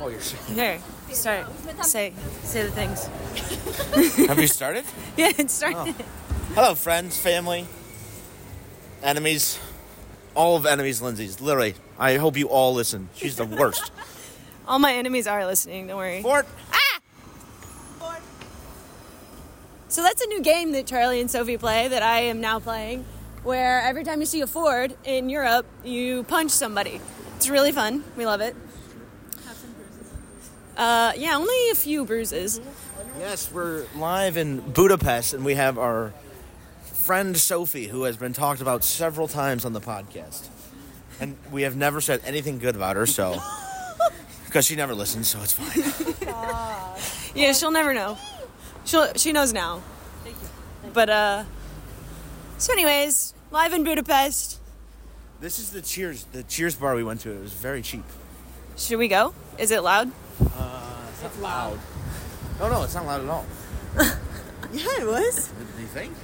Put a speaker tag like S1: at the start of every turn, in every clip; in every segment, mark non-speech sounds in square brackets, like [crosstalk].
S1: Oh, you're serious.
S2: There. Start. Say. Say the things. [laughs]
S1: Have you started?
S2: Yeah, it started.
S1: [laughs] Hello, friends, family, enemies, all of enemies. Lindsay's literally. I hope you all listen. She's the worst.
S2: All my enemies are listening. Don't worry.
S1: [laughs] Fort.
S2: So that's a new game that Charlie and Sophie play that I am now playing, where every time you see a Ford in Europe, you punch somebody. It's really fun. We love it. Uh, yeah, only a few bruises.
S1: Yes, we're live in Budapest, and we have our friend Sophie, who has been talked about several times on the podcast, and we have never said anything good about her. [laughs] So, because she never listens, so it's fine.
S2: Yeah, she'll never know. She'll she knows now. But uh, so anyways, live in Budapest.
S1: This is the Cheers, the Cheers bar we went to. It was very cheap.
S2: Should we go? Is it loud?
S1: It's loud. No, no, it's not loud at all.
S3: [laughs] Yeah, it was.
S1: Do you think?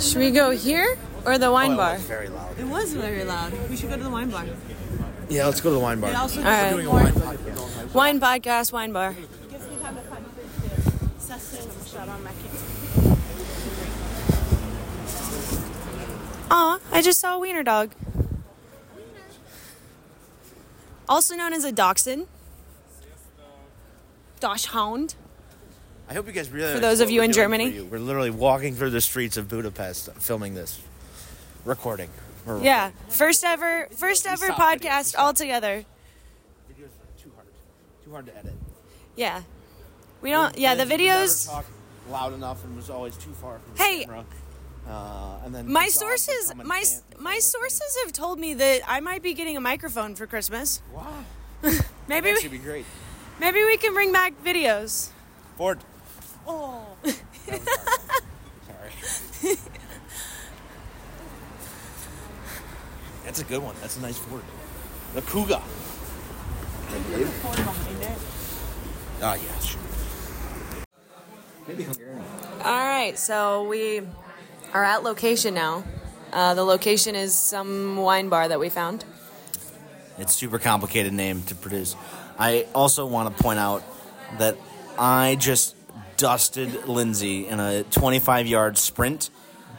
S2: Should we go here or the wine bar?
S1: Oh, very loud.
S3: It was very loud. We should go to the wine bar.
S1: Yeah, let's go to the wine bar.
S3: It also
S2: All right.
S1: doing a wine podcast.
S2: Wine podcast, wine bar.
S3: gives me time to find food too.
S2: Aw, I just saw a wiener dog. Also known as a dachshund. Dachshund.
S1: I hope you guys realize.
S2: For those of
S1: what
S2: you
S1: we're
S2: in
S1: doing
S2: Germany.
S1: for you. we're literally walking through the streets of Budapest, filming this, recording. We're
S2: Yeah, first ever, first ever
S1: stop videos, we
S2: podcast
S1: stop.
S2: all together.
S1: Videos are too hard, too hard to edit.
S2: Yeah, we don't. Uh, Yeah, the
S1: Lindsay
S2: videos.
S1: Never talked loud enough and was always too far from the
S2: Hey.
S1: camera. Uh, and then
S2: My
S1: the dog would
S2: sources,
S1: come and
S2: my
S1: pant in front
S2: my
S1: of
S2: sources have told me that I might be getting a microphone for Christmas.
S1: me. Wow,
S2: Maybe
S1: that should
S2: we,
S1: be great.
S2: maybe we can bring back videos.
S1: Ford.
S3: Oh,
S1: Sorry. That's a good one. That's a nice word. The cougar. Ah, yeah, sure.
S2: All right, so we are at location now. Uh, the location is some wine bar that we found.
S1: It's super complicated name to produce. I also want to point out that I just dusted Lindsay in a 25 yard sprint.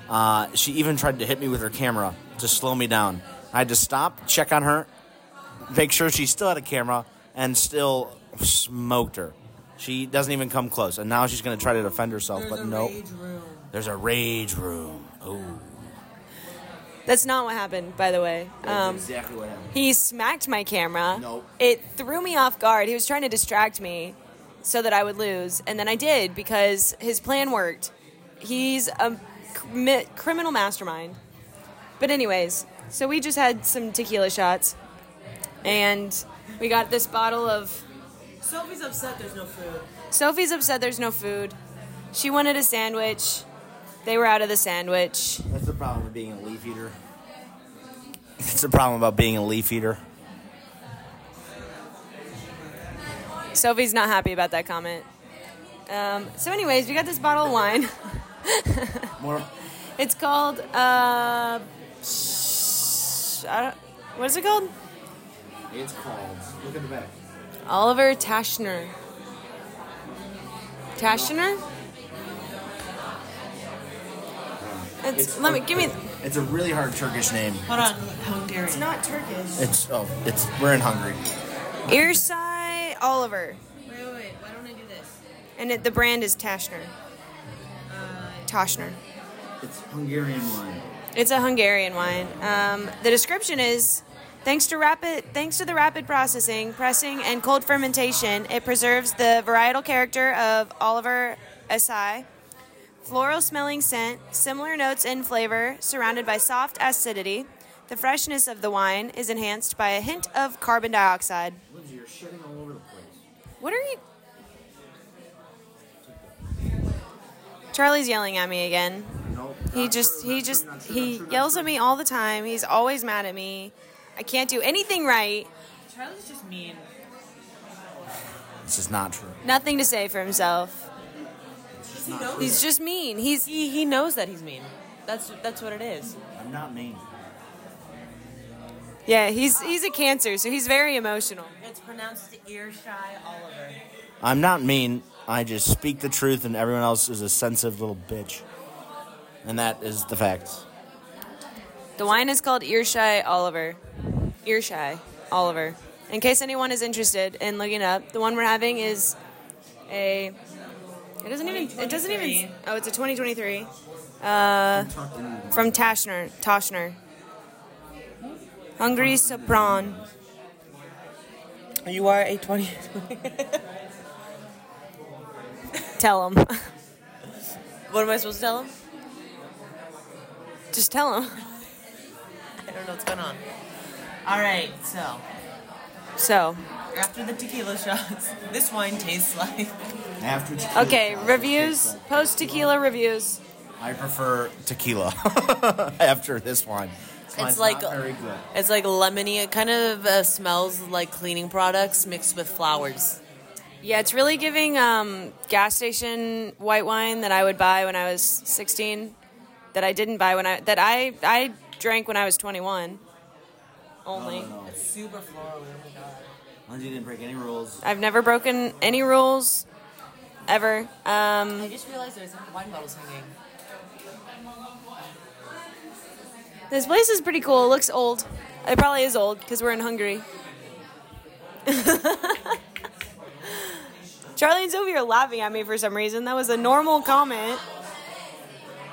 S1: Uh, she even tried to hit me with her camera to slow me down. I had to stop, check on her, make sure she still had a camera, and still smoked her. She doesn't even come close, and now she's going to try to defend herself, but no. There's a rage room. Oh,
S2: That's not what happened, by the way. Um,
S1: exactly what happened.
S2: he smacked my camera.
S1: Nope.
S2: It threw me off guard. He was trying to distract me so that I would lose, and then I did because his plan worked. He's a cr- criminal mastermind. But anyways, so we just had some tequila shots, and we got this bottle of
S3: Sophie's upset. There's no food.
S2: Sophie's upset there's no food. She wanted a sandwich. They were out of the sandwich.
S1: That's the problem with being a leaf eater. That's the problem about being a leaf eater.
S2: Sophie's not happy about that comment. Um, so, anyways, we got this bottle of wine. [laughs]
S1: More
S2: It's called, uh, sh- I don't, what is it called?
S1: it's called. Look at the back.
S2: Oliver Taschner. Taschner? It's, let me, give me,
S1: It's a really hard Turkish name.
S3: Hold on, Hungarian. It's
S2: not Turkish.
S1: It's oh, it's we're in Hungary.
S2: Earsai Oliver.
S3: Wait, wait, wait. Why don't I do this?
S2: And it, the brand is Taschner.
S3: Uh,
S2: Taschner.
S1: It's Hungarian wine.
S2: It's a Hungarian wine. Um, the description is: thanks to rapid, thanks to the rapid processing, pressing, and cold fermentation, it preserves the varietal character of Oliver Assai. Floral smelling scent, similar notes in flavor, surrounded by soft acidity. The freshness of the wine is enhanced by a hint of carbon dioxide.
S1: Lindsay, you're shitting all over the place.
S2: What are you? Charlie's yelling at me again.
S1: No.
S2: He just he just he yells at me all the time. He's always mad at me. I can't do anything right.
S3: Charlie's just mean.
S1: This is not true.
S2: Nothing to say for himself.
S3: He's
S1: That's not true.
S2: He's just mean. He's
S4: He he knows that he's mean. That's that's what it is.
S1: I'm not mean.
S2: yeah. He's he's a cancer, so he's very emotional.
S4: It's pronounced Earshai Oliver.
S1: I'm not mean. I just speak the truth, and everyone else is a sensitive little bitch. And that is the fact.
S2: The wine is called Earshai Oliver. Earshai Oliver. In case anyone is interested in looking up, the one we're having is a. It doesn't even. It doesn't even. Oh, it's a 2023 from Tashner. Toshner. Hungry Sopran.
S4: You are a twenty.
S2: Tell [laughs] him.
S4: what am I supposed to tell him?
S2: Just tell him.
S4: [laughs] I don't know what's going on. All right, so
S2: So,
S4: after the tequila shots, [laughs] this wine tastes like
S1: After tequila,
S2: okay, reviews. Post tequila reviews.
S1: I prefer tequila [laughs] after this wine. This wine's
S4: like-
S1: not very good.
S4: [laughs] it's like lemony. It kind of uh, smells like cleaning products mixed with flowers.
S2: Yeah, it's really giving um, gas station white wine that I would buy when I was 16, that I didn't buy when I that I I drank when I was 21. Only
S4: It's super floral. Oh my god.
S1: Lindsay didn't break any rules.
S2: I've never broken any rules ever. Um,
S4: I just realized there's wine bottles hanging.
S2: this place is pretty cool. It looks old. It probably is old because we're in Hungary. [laughs] Charlie and Sophie are laughing at me for some reason. That was a normal comment.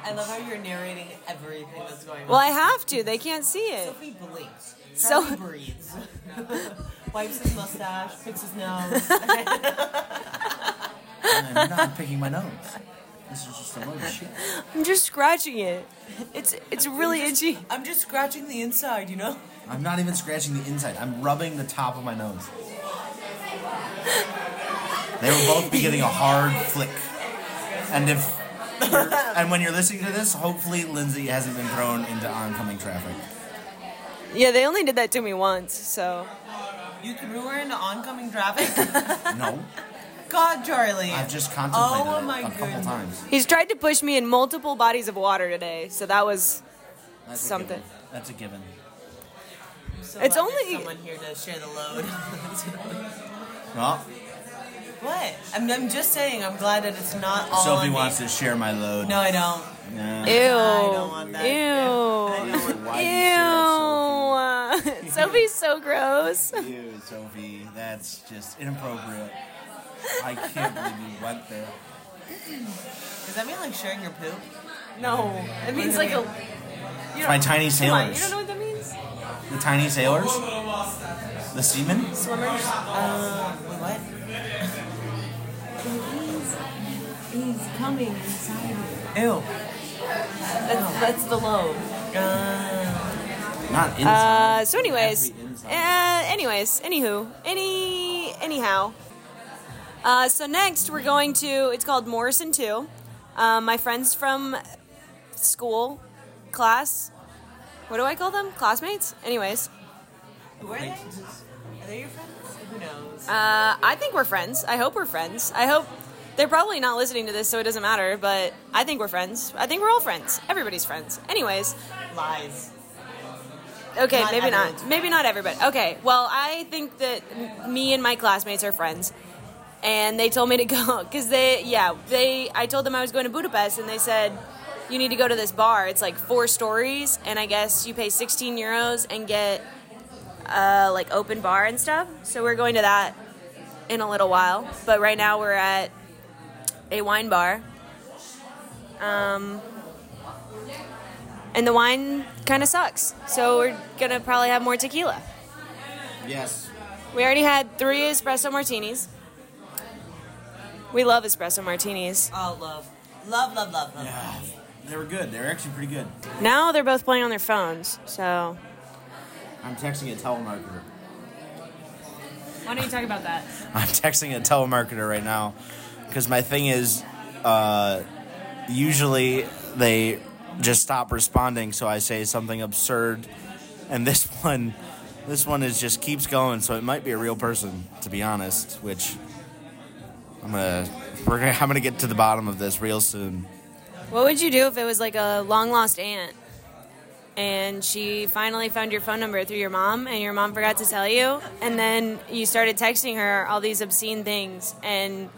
S4: I love how you're narrating everything that's going on.
S2: Well, I have to. They can't see it.
S4: Sophie blinks.
S2: So-
S4: Charlie breathes. [laughs] Wipes his mustache, picks his nose.
S1: I'm not picking my nose. This is just a load
S4: [laughs]
S1: of shit.
S2: I'm just scratching it. It's it's [laughs] really itchy.
S4: I'm just scratching the inside, you know?
S1: I'm not even scratching the inside. I'm rubbing the top of my nose. They will both be getting a hard flick. And if you're- and when you're listening to this, hopefully Lindsay hasn't been thrown into oncoming traffic.
S2: Yeah, they only did that to me once, so
S4: You threw her into oncoming traffic. [laughs]
S1: No,
S4: God, Charlie.
S1: I've just contemplated
S4: Oh
S1: it
S4: my
S1: a couple
S4: goodness.
S1: times.
S2: he's tried to push me in multiple bodies of water today. So that was
S1: That's a
S2: Something.
S1: given. That's a given.
S4: So
S2: It's
S4: glad there's
S2: only-
S4: someone here to share the load. [laughs]
S1: Well,
S4: what? I'm, I'm just saying. I'm glad that it's not all.
S1: Sophie
S4: on me.
S1: wants to share my load.
S4: Oh No, I don't.
S1: Nah.
S2: ew,
S4: don't want that.
S2: ew,
S1: Why do you say that,
S2: ew. [laughs] Sophie's so gross.
S1: Sophie? Ew, Sophie. That's just inappropriate. I can't believe you went there.
S4: Does that mean like sharing your poop?
S2: No, it means like a. You
S1: My tiny
S2: come on, you
S1: sailors.
S2: don't know what that means?
S1: The tiny sailors? The seamen?
S4: Swimmers? Uh, wait, what?
S5: He's coming inside.
S4: Ew.
S2: That's, that's the low.
S1: Not inside.
S2: Uh, so anyways,
S1: It has to be
S2: uh,
S1: inside.
S2: anyways, anywho, any, anyhow. Uh, so next we're going to, it's called Morrison 2. Um, my friends from school, class, what do I call them? Classmates? Anyways,
S4: Who are they? Are they your friends? Who knows?
S2: uh, I think we're friends. I hope we're friends. I hope, they're probably not listening to this, so it doesn't matter, but I think we're friends. I think we're all friends. Everybody's friends. Anyways,
S4: Lies.
S2: Okay,
S4: Not
S2: maybe
S4: everyone's
S2: not. Maybe not everybody. Okay, well, I think that m- me and my classmates are friends, and they told me to go [laughs] because they, yeah, they. I told them I was going to Budapest, and they said you need to go to this bar. It's like four stories, and I guess you pay 16 euros and get uh, like open bar and stuff. So we're going to that in a little while. But right now we're at a wine bar. Um, and the wine kind of sucks. So we're going to probably have more tequila.
S1: yes.
S2: We already had three espresso martinis. We love espresso martinis.
S4: Oh, love. Love, love, love, love.
S1: Yeah, they were good. They were actually pretty good.
S2: Now they're both playing on their phones. So.
S1: I'm texting a telemarketer.
S2: Why don't you talk about that?
S1: I'm texting a telemarketer right now because my thing is uh, usually they just stop responding, so I say something absurd, and [laughs] this one, this one is just keeps going, so it might be a real person to be honest, which I'm gonna we're gonna I'm gonna get to the bottom of this real soon.
S2: What would you do if it was like a long lost aunt and she finally found your phone number through your mom and your mom forgot to tell you and then you started texting her all these obscene things and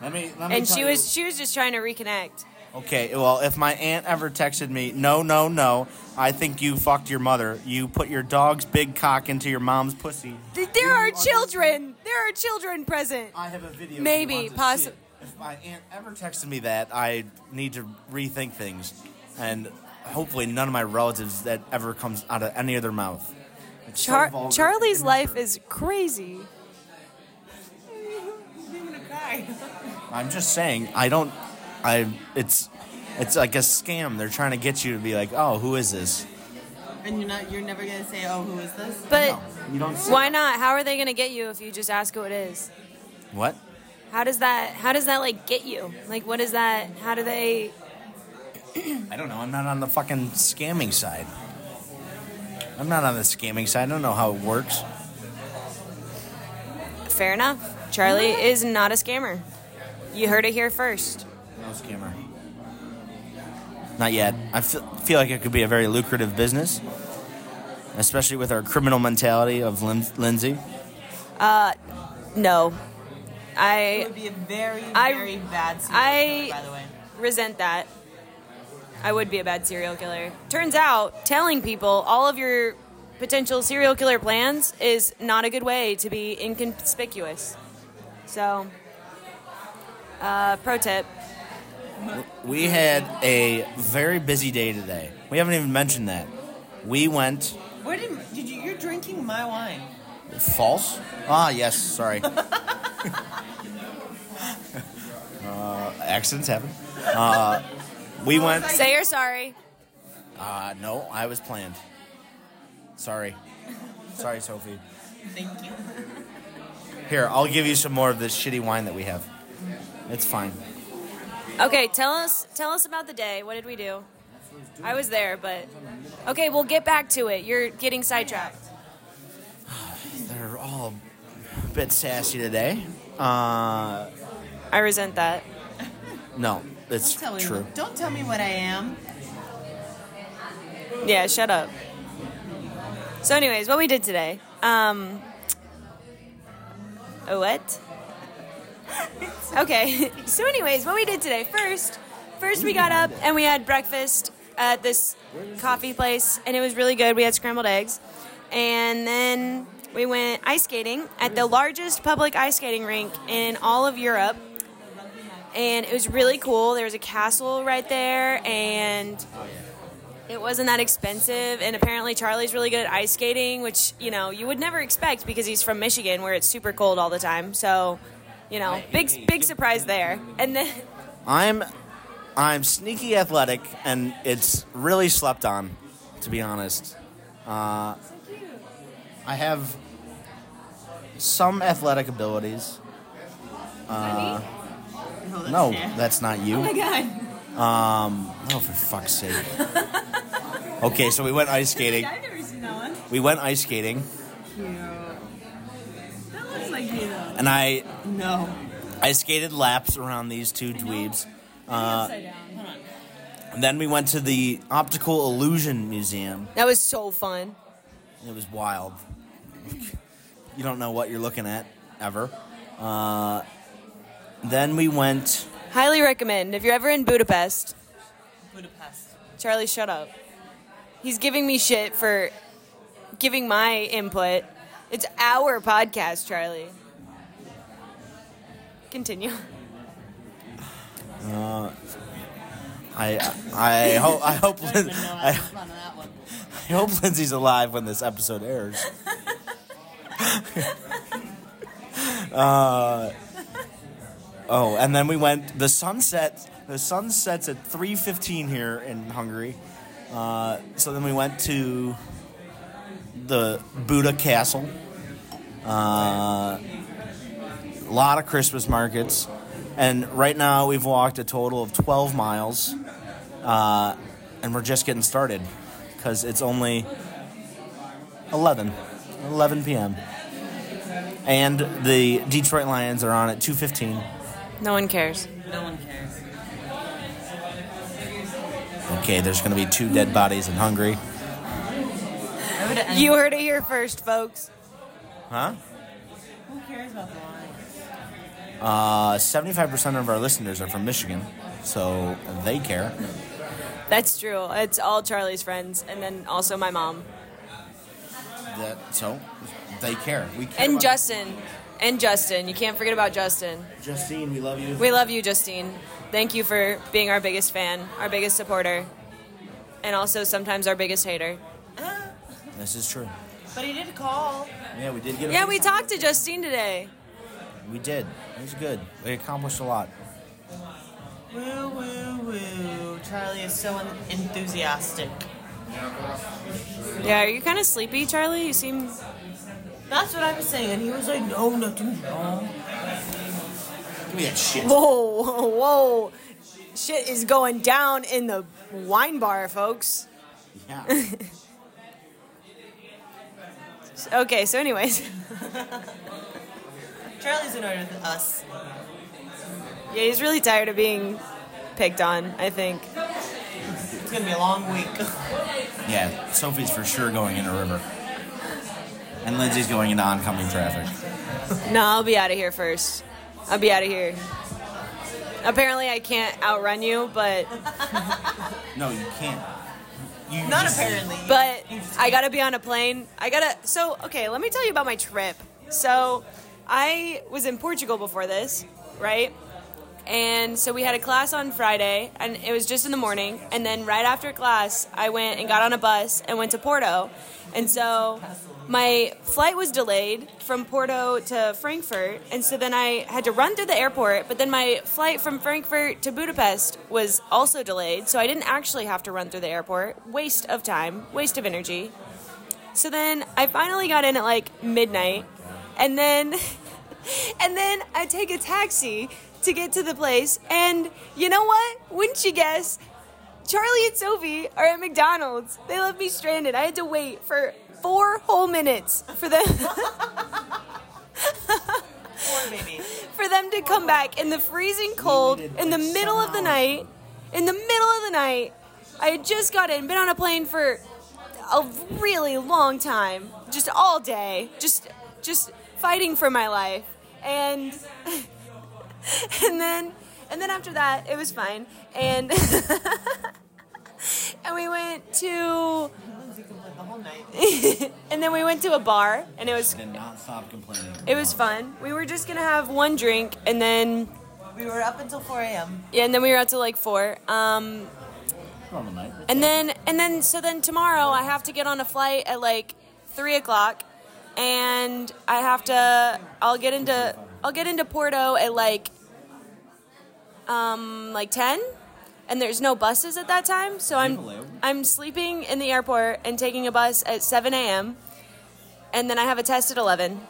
S1: Let me. Let me
S2: and
S1: tell
S2: she
S1: you-
S2: was she was just trying to reconnect.
S1: Okay, well, if my aunt ever texted me, no, no, no, I think you fucked your mother. You put your dog's big cock into your mom's pussy.
S2: Th- There are children. There are children present.
S1: I have a video. if you
S2: Maybe,
S1: want to see
S2: possi-
S1: it. If my aunt ever texted me that, I need to rethink things, and hopefully, none of my relatives that ever comes out of any of their mouth. It's so
S2: Char-
S1: vulgar
S2: Charlie's
S1: and
S2: life
S1: immature.
S2: is crazy.
S1: I'm just saying. I don't. I. It's. It's like a scam. They're trying to get you to be like, oh, who is this?
S4: And you're not. You're never gonna say, "Oh, who is this?"
S2: But
S1: You don't. See-
S2: why not? How are they going to get you if you just ask who it is?
S1: what?
S2: How does that how does that like get you? Like what is that? How do they
S1: I don't know. I'm not on the fucking scamming side. I'm not on the scamming side. I don't know how it works.
S2: Fair enough. Charlie is not a scammer. You heard it here first.
S1: No scammer. Not yet. I feel, feel like it could be a very lucrative business, especially with our criminal mentality of Lin- Lindsay.
S2: No.
S4: It
S2: I
S4: would be a very,
S2: I-
S4: very bad.
S2: I-
S4: scenario, by the way.
S2: resent that. I would be a bad serial killer. Turns out, telling people all of your potential serial killer plans is not a good way to be inconspicuous. So, uh, pro tip.
S1: We had a very busy day today. We haven't even mentioned that. We went
S4: Where did, did you? You're drinking my wine.
S1: false. Ah, yes. Sorry. [laughs] uh, accidents happen. Uh, we went.
S2: Say you're sorry.
S1: Uh, no, I was planned. Sorry. Sorry, Sophie.
S4: Thank you.
S1: Here, I'll give you some more of this shitty wine that we have. It's fine.
S2: Okay, tell us tell us about the day. What did we do? I was there, but okay, we'll get back to it. You're getting sidetracked.
S1: They're all a bit sassy today. Uh,
S2: I resent that.
S1: no, it's
S4: Don't tell me.
S1: true.
S4: Don't tell me what I am.
S2: Yeah, shut up. So, anyways, what we did today. Um, a [laughs] what? okay. [laughs] So, anyways, what we did today. First, first we got up and we had breakfast at this coffee place, and it was really good. We had scrambled eggs, and then we went ice skating at the largest public ice skating rink in all of Europe. And it was really cool. There was a castle right there, and it wasn't that expensive, and apparently Charlie's really good at ice skating, which you know you would never expect because he's from Michigan, where it's super cold all the time. So, you know, big big surprise there. And then
S1: I'm, I'm sneaky athletic, and it's really slept on, to be honest. Uh, I have some athletic abilities.
S2: [laughs]
S4: No, that's
S1: No,
S4: Sam.
S1: that's not you.
S4: Oh my god.
S1: Oh, for fuck's sake. okay, so we went ice
S4: [laughs]
S1: skating.
S4: I've never seen that one.
S1: We went ice skating,
S4: Cute. That looks like you though.
S1: and I
S4: No.
S1: I skated laps around these two dweebs. Uh,
S4: Upside down. Hold on.
S1: And then we went to the Optical Illusion Museum.
S2: that was so fun.
S1: It was wild. you don't know what you're looking at ever. Uh, then we went.
S2: Highly recommend if you're ever in Budapest.
S4: Budapest.
S2: Charlie, shut up. He's giving me shit for giving my input. It's our podcast, Charlie. Continue.
S1: I I, hope I hope
S4: Don't
S1: Lin- [laughs]
S4: even know
S1: I,
S4: how to run that one.
S1: I hope Lindsay's alive when this episode airs. uh, Uh, oh, and then we went. The sun sets. The sun sets at three fifteen here in Hungary. Uh, so then we went to the Buddha Castle. A lot of Christmas markets, and right now we've walked a total of twelve miles, uh, and we're just getting started because it's only 11 11 p.m and the detroit lions are on at 2.15
S2: No one cares.
S4: No one cares.
S1: Okay, there's going to be two dead bodies in Hungary.
S4: I would end
S2: You heard it here first, folks.
S1: Huh?
S4: Who cares about the line?
S1: Uh, 75% of our listeners are from Michigan, so they care.
S2: That's true. It's all Charlie's friends, and then also my mom
S1: That, so they care. We care.
S2: and
S1: about-
S2: Justin, and Justin. You can't forget about Justin.
S1: Justine, we love you.
S2: We love you, Justine. Thank you for being our biggest fan, our biggest supporter, and also sometimes our biggest hater.
S1: This is true.
S4: But he did call.
S1: Yeah, we did get. a-
S2: Yeah, we talked to Justine today.
S1: We did. It was good. We accomplished a lot.
S4: Woo, woo, woo. Charlie is so en- enthusiastic.
S2: Yeah, are you kind of sleepy, Charlie? You seem.
S4: That's what I was saying, and he was like, no, nothing's wrong.
S1: Give me that shit.
S2: [laughs] Whoa, whoa, whoa. Shit is going down in the wine bar, folks.
S1: Yeah.
S2: Okay, so, anyways. [laughs]
S4: Charlie's annoyed with us.
S2: Yeah, he's really tired of being picked on, I think.
S4: It's gonna be a long week. [laughs]
S1: yeah. Sophie's for sure going in a river, and Lindsay's going into oncoming traffic.
S2: No, I'll be out of here first. I'll be out of here. Apparently, I can't outrun you, but
S1: No, you can't. You
S4: Not
S1: just-
S4: apparently.
S2: but I gotta be on a plane. I gotta. So okay, let me tell you about my trip. So I was in Portugal before this, right? And so we had a class on Friday, and it was just in the morning. And then right after class, I went and got on a bus and went to Porto. And so my flight was delayed from Porto to Frankfurt. And so then I had to run through the airport. But then my flight from Frankfurt to Budapest was also delayed. So I didn't actually have to run through the airport. Waste of time, waste of energy. So then I finally got in at like midnight. And then. [laughs] And then I take a taxi to get to the place. And you know what? Wouldn't you guess? Charlie and Sophie are at McDonald's. They left me stranded. I had to wait for four whole minutes for them
S4: Poor baby.
S2: for them to come back in the freezing cold
S1: needed,
S2: in the
S1: like,
S2: middle of the
S1: seven
S2: night. In the middle of the night, I had just got in, been on a plane for a really long time, just all day, just just fighting for my life. And [laughs] and then and then after that, it was fine. And [laughs] and we went to [laughs]
S4: Lindsay can play the whole night.
S2: and then we went to a bar and it was
S1: Did not stop complaining.
S2: it was fun. We were just going to have one drink and then
S4: We were up until 4 a.m.
S2: Yeah, and then we were out till like four. Um,
S1: Normal night.
S2: and then and then so then tomorrow I have to get on a flight at like three o'clock, and I have to. I'll get into I'll get into Porto at like um like ten, and there's no buses at that time, so I'm
S1: Unbelievable.
S2: I'm sleeping in the airport and taking a bus at seven a.m. And then I have a test at eleven.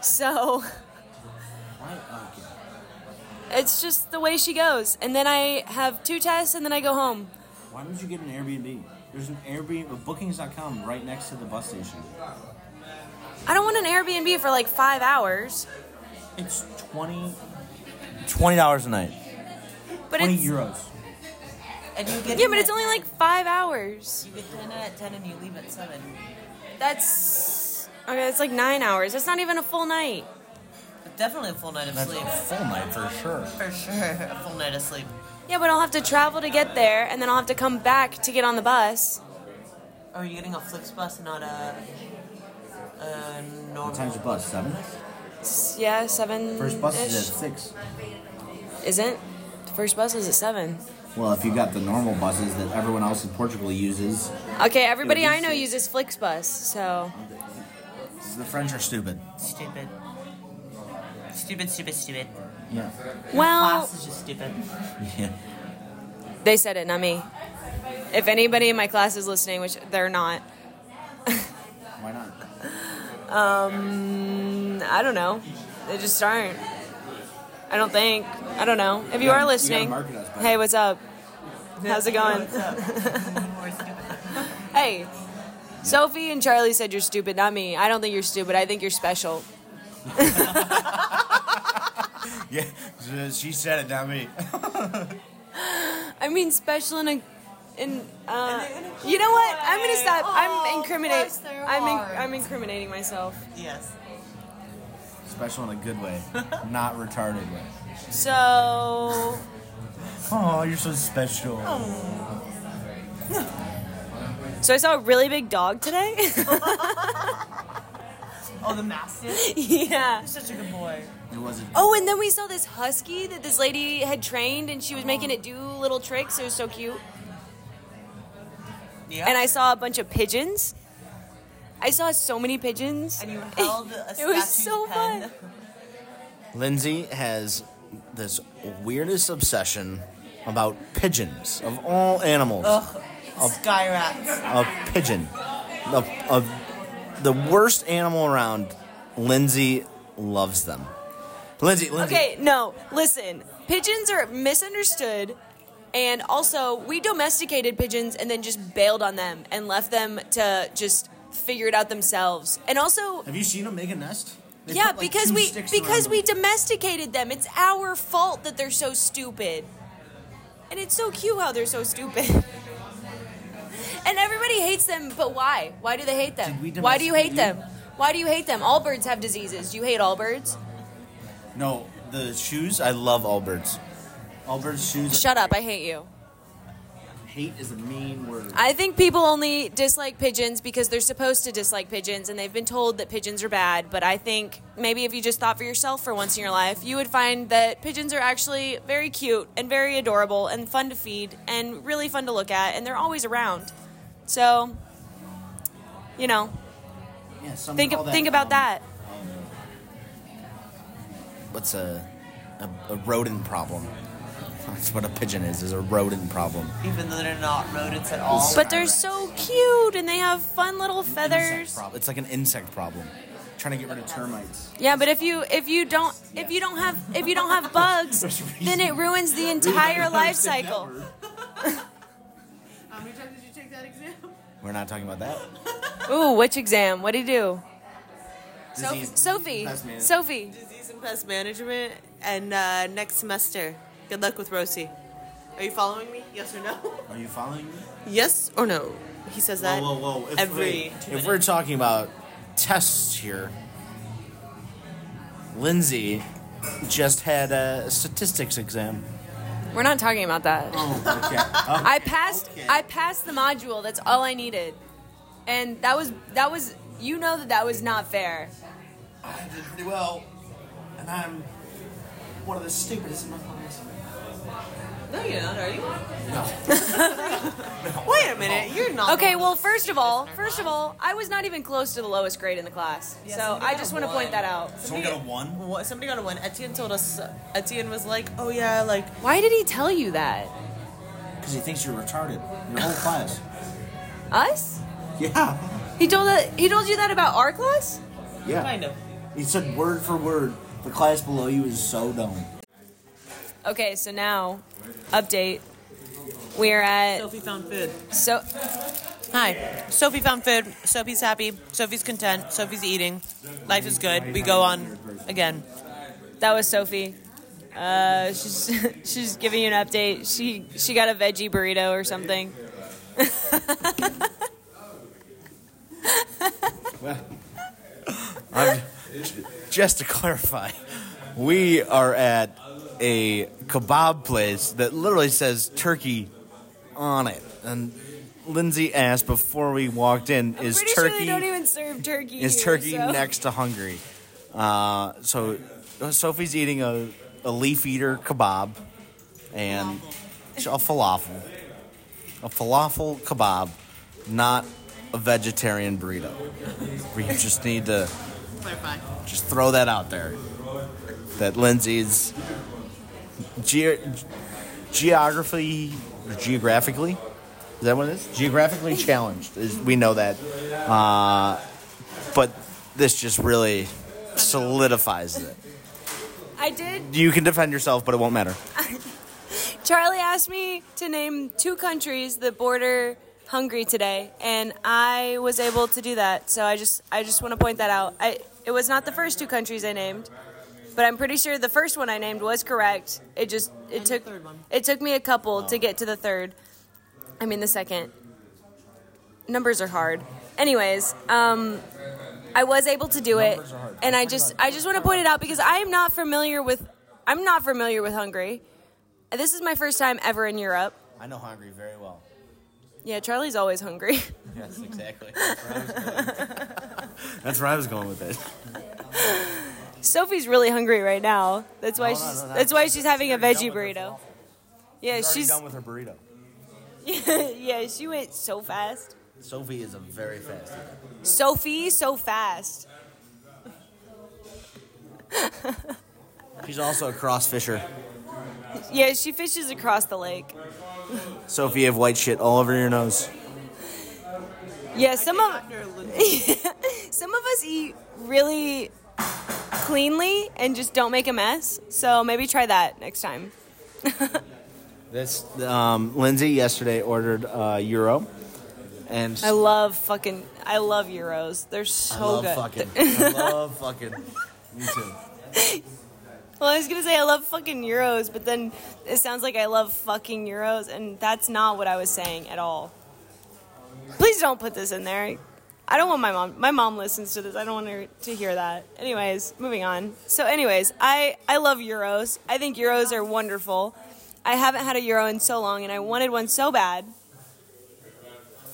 S2: So. [laughs]
S1: Why? Okay.
S2: It's just the way she goes. And then I have two tests and then I go home.
S1: Why don't you get an Airbnb? There's an Airbnb, a Bookings.com, right next to the bus station.
S2: I don't want an Airbnb for like five hours.
S1: It's twenty. Twenty dollars a night.
S2: But
S1: Twenty
S2: it's
S1: euros.
S4: And you get
S2: Yeah,
S4: in
S2: but
S4: at-
S2: it's only like five hours.
S4: You get in at 10 and you leave at 7.
S2: That's okay, that's like nine hours. That's not even a full night.
S4: But definitely a full night of
S1: That's
S4: sleep.
S1: a full night for sure.
S4: [laughs] For sure, a full night of sleep.
S2: Yeah, but I'll have to travel to get there and then I'll have to come back to get on the bus.
S4: Or are you getting a Flix bus, not a, a normal?
S1: What time's your bus? Seven.
S2: S- Yeah, seven.
S1: First bus is at six.
S2: Isn't? The first bus is at seven.
S1: Well, if you got the normal buses that everyone else in Portugal uses,
S2: Okay, everybody
S1: It'll be
S2: I know
S1: six.
S2: uses Flixbus, so
S1: the French are stupid.
S4: Stupid. Stupid, stupid, stupid.
S1: Yeah.
S2: well
S4: Class is just stupid.
S1: [laughs]
S4: [laughs]
S1: Yeah.
S2: They said it, not me. If anybody in my class is listening, which they're not,
S1: Why not?
S2: I don't know. They just aren't. I don't think. I don't know. If you are
S1: gotta- you gotta
S2: listening,
S1: market us, buddy.
S2: hey, what's up? How's it going?
S1: [laughs]
S4: More stupid.
S2: Hey, Sophie and Charlie said you're stupid, not me. I don't think you're stupid. I think you're special.
S1: [laughs] Yeah, she said it, not me. [laughs]
S2: I mean, special in a. In, uh, you know what? I'm gonna stop. I'm
S3: Oh, of
S2: incriminating.
S3: course there
S2: I'm
S3: are.
S2: I'm incriminating myself.
S4: Yes.
S1: Special in a good [laughs] way, not retarded way.
S2: So
S1: Oh, you're so special.
S2: so I saw a really big dog today. [laughs]
S4: Oh, the mastiff.
S2: yeah.
S4: He's such a good boy.
S1: It wasn't.
S2: Oh, and then we saw this husky that this lady had trained, and she was making it do little tricks. It was so cute.
S4: Yeah.
S2: And I saw a bunch of pigeons. I saw so many pigeons.
S4: And you held [laughs] a
S2: [laughs] It was
S4: statue's
S2: so
S4: pen.
S2: fun.
S1: Lindsay has this weirdest obsession about pigeons of all animals.
S4: Sky rats.
S1: A pigeon, a, a, the worst animal around. Lindsay loves them. Lindsay, Lindsay.
S2: Okay, no, listen. Pigeons are misunderstood, and also we domesticated pigeons and then just bailed on them and left them to just figure it out themselves. And also,
S1: Have you seen them make a nest? They
S2: yeah,
S1: put, like,
S2: because
S1: two
S2: we
S1: sticks
S2: because
S1: around
S2: we
S1: them.
S2: domesticated them. It's our fault that they're so stupid. And it's so cute how they're so stupid. [laughs] and everybody hates them, but why? Why do they hate them?
S1: Did we
S2: Why do you hate
S1: domesticate
S2: them? Why do you hate them? All birds have diseases. Do you hate all birds?
S1: No, the shoes. I love Allbirds. Allbirds shoes.
S2: Shut up, I hate you.
S1: Hate is a mean word.
S2: I think people only dislike pigeons because they're supposed to dislike pigeons and they've been told that pigeons are bad. But I think maybe if you just thought for yourself for once in your life, you would find that pigeons are actually very cute and very adorable and fun to feed and really fun to look at and they're always around. So, you know,
S1: yeah, some
S2: think
S1: call that,
S2: think about
S1: um,
S2: that.
S1: What's a, a a rodent problem? That's what a pigeon is. Is a rodent problem.
S4: Even though they're not rodents at all.
S2: But they're so cute and they have fun little
S1: Insect
S2: feathers.
S1: prob- It's like an insect problem. Trying to get rid of termites.
S2: Yeah, but if you if you don't if you don't have if you don't have bugs, [laughs] [laughs] then it ruins the entire life cycle.
S3: How many times did you take that exam?
S1: [laughs] We're not talking about that.
S2: Ooh, which exam? What do you do? Sophie,
S1: Disease-
S2: Sophie,
S1: pest management.
S2: Sophie.
S4: [laughs] disease and pest management. And uh, next semester, good luck with Rosie. Are you following me? Yes or no?
S1: Are you following me?
S4: [laughs] Yes or no? He says that
S1: Whoa, whoa, whoa. If,
S4: every.
S1: we, if we're talking about tests here, Lindsay just had a statistics exam.
S2: We're not talking about that.
S1: Oh, [laughs] okay.
S2: I passed.
S1: Okay.
S2: I passed the module. That's all I needed, and that was that was. You know that that was not fair.
S1: I did pretty well, and I'm one of the stupidest in my class.
S4: No, you're not, are you?
S1: No.
S4: Wait a minute, you're not.
S2: Okay, well, first of all, first of all, I was not even close to the lowest grade in the class,
S4: Yes,
S2: so
S4: you
S2: I
S4: got
S2: just
S4: a
S2: want to point
S4: one.
S2: that out.
S1: Someone got a one?
S4: What, somebody got a one. Etienne told us. Etienne was like, "Oh yeah, like
S2: Why did he tell you that?
S1: Because he thinks you're retarded. Your [laughs] whole class.
S2: Us?
S1: Yeah.
S2: He told that, he told you that about our class?
S1: Yeah.
S4: kind of."
S1: He said word for word, the class below you is so dumb.
S2: Okay, so now update. We're at
S4: Sophie found food.
S2: so
S4: Hi, Sophie found food. Sophie's happy. Sophie's content. Sophie's eating. Life is good. We go on again.
S2: that was Sophie. Uh, she's [laughs] she's giving you an update. She she got a veggie burrito or something.
S1: [laughs] Just to clarify, we are at a kebab place that literally says turkey on it. And Lindsay asked before we walked in, is
S2: Pretty
S1: turkey
S2: sure they don't even serve turkey.
S1: is
S2: here,
S1: turkey
S2: so-
S1: next to Hungary? Uh, so Sophie's eating a, a leaf eater kebab and a falafel. A falafel kebab, not a vegetarian burrito. We just need to
S4: Clarify.
S1: just throw that out there. That Lindsay's ge- geography, geographically, is that what it is? Geographically challenged. Is, we know that. Uh, but this just really solidifies it.
S2: I did.
S1: You can defend yourself, but it won't matter.
S2: Charlie asked me to name two countries that border Hungary today, and I was able to do that. So I just I just want to point that out. I it was not the first two countries I named. But I'm pretty sure the first one I named was correct. It just it
S4: And the
S2: took
S4: third one. Oh.
S2: it took me a couple to get to the third. I mean the second. Numbers are hard. Anyways, um, I was able to do it, and I just I just want to point it out because I am not familiar with I'm not familiar with Hungary. This is my first time ever in Europe.
S1: I know Hungary very well.
S2: Yeah, Charlie's always hungry. [laughs]
S1: Yes, exactly. That's where I was going with it.
S2: Sophie's really hungry right now. That's why
S1: Hold on,
S2: she's
S1: hold on.
S2: that's why she's having a
S1: already
S2: veggie
S1: done with her
S2: burrito. Yeah, she's
S1: with her burrito.
S2: [laughs] yeah, she went so fast.
S1: Sophie is a very fast. eater.
S2: Sophie, so fast.
S1: She's also a cross fisher.
S2: Yeah, she fishes across the lake.
S1: Sophie, you have white shit all over your nose.
S2: Yeah, some of [laughs] some of us eat really cleanly and just don't make a mess. So maybe try that next time.
S1: This um, Lindsay yesterday ordered uh, euro, and
S2: I love fucking I love euros. They're so
S1: I love
S2: good.
S1: fucking. I love fucking. Me too.
S2: Well, I was gonna say I love fucking euros, but then it sounds like I love fucking euros, and that's not what I was saying at all. Please don't put this in there. I don't want my mom. My mom listens to this. I don't want her to hear that. Anyways, moving on. So, anyways, I I love euros. I think euros are wonderful. I haven't had a euro in so long, and I wanted one so bad.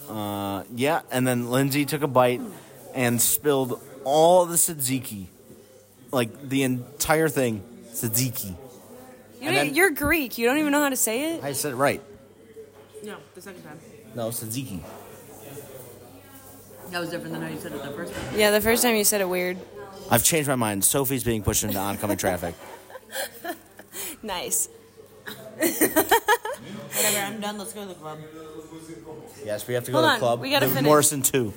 S1: Uh, Yeah, and then Lindsay took a bite and spilled all the tzatziki, like the entire thing, tzatziki.
S2: You
S1: And
S2: don't-
S1: then-
S2: you're Greek. You don't even know how to say it.
S1: I said it right.
S4: No, the second time.
S1: No, tzatziki.
S4: That was different than how you said it the first time.
S2: Yeah, the first time you said it weird.
S1: I've changed my mind. Sophie's being pushed into oncoming traffic.
S2: Nice.
S4: Whatever, I'm done. Let's go to the club.
S1: [laughs] Yes, we have to
S2: Hold on, we gotta
S1: The
S2: finish.
S1: Morrison two.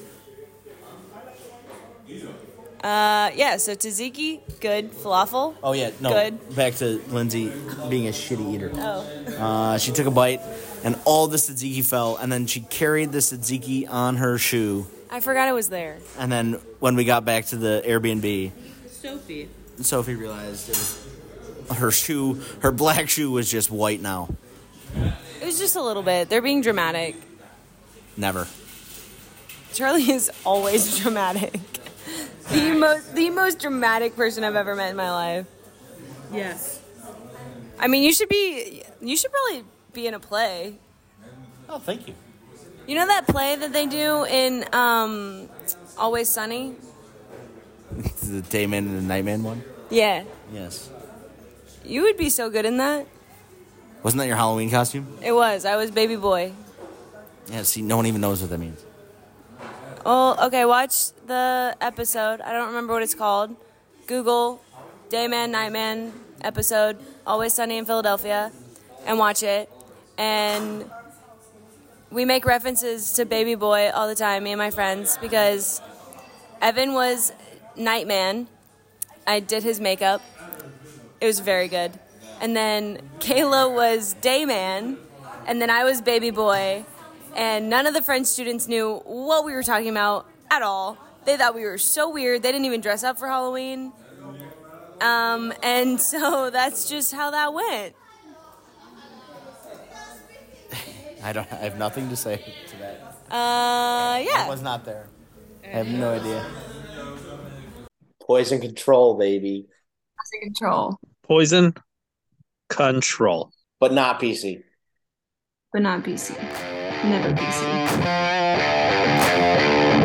S2: Uh, yeah. So tzatziki, good. Falafel.
S1: Oh yeah, no.
S2: Good.
S1: Back to Lindsay being a shitty eater.
S2: Oh.
S1: Uh, she took a bite, and all the tzatziki fell, and then she carried the tzatziki on her shoe.
S2: I forgot it was there.
S1: And then when we got back to the Airbnb,
S4: Sophie.
S1: Sophie realized it was her shoe, her black shoe was just white now.
S2: It was just a little bit. They're being dramatic.
S1: Never.
S2: Charlie is always [laughs] dramatic. the most the most dramatic person I've ever met in my life.
S4: Yes.
S2: I mean, you should be you should probably be in a play.
S1: Oh, thank you.
S2: You know that play that they do in um, Always Sunny?
S1: [laughs] The Dayman and the Nightman one?
S2: Yeah.
S1: Yes.
S2: You would be so good in that.
S1: Wasn't that your Halloween costume?
S2: It was. I was baby boy.
S1: Yeah, see, no one even knows what that means.
S2: Well, Oh, okay, watch the episode. I don't remember what it's called. Google Dayman, Nightman episode, Always Sunny in Philadelphia, and watch it. And we make references to Baby Boy all the time, me and my friends, because Evan was Nightman. I did his makeup, it was very good. And then Kayla was Dayman, and then I was Baby Boy and none of the French students knew what we were talking about at all. They thought we were so weird. They didn't even dress up for Halloween. Um, and so [laughs] that's just how that went.
S1: I don't. I have nothing to say to that.
S2: Uh,
S1: I
S2: yeah.
S1: was not there. I have no idea.
S6: Poison control, baby,
S3: control,
S7: Poison control.
S6: but not PC.
S3: but not BC. Never BC.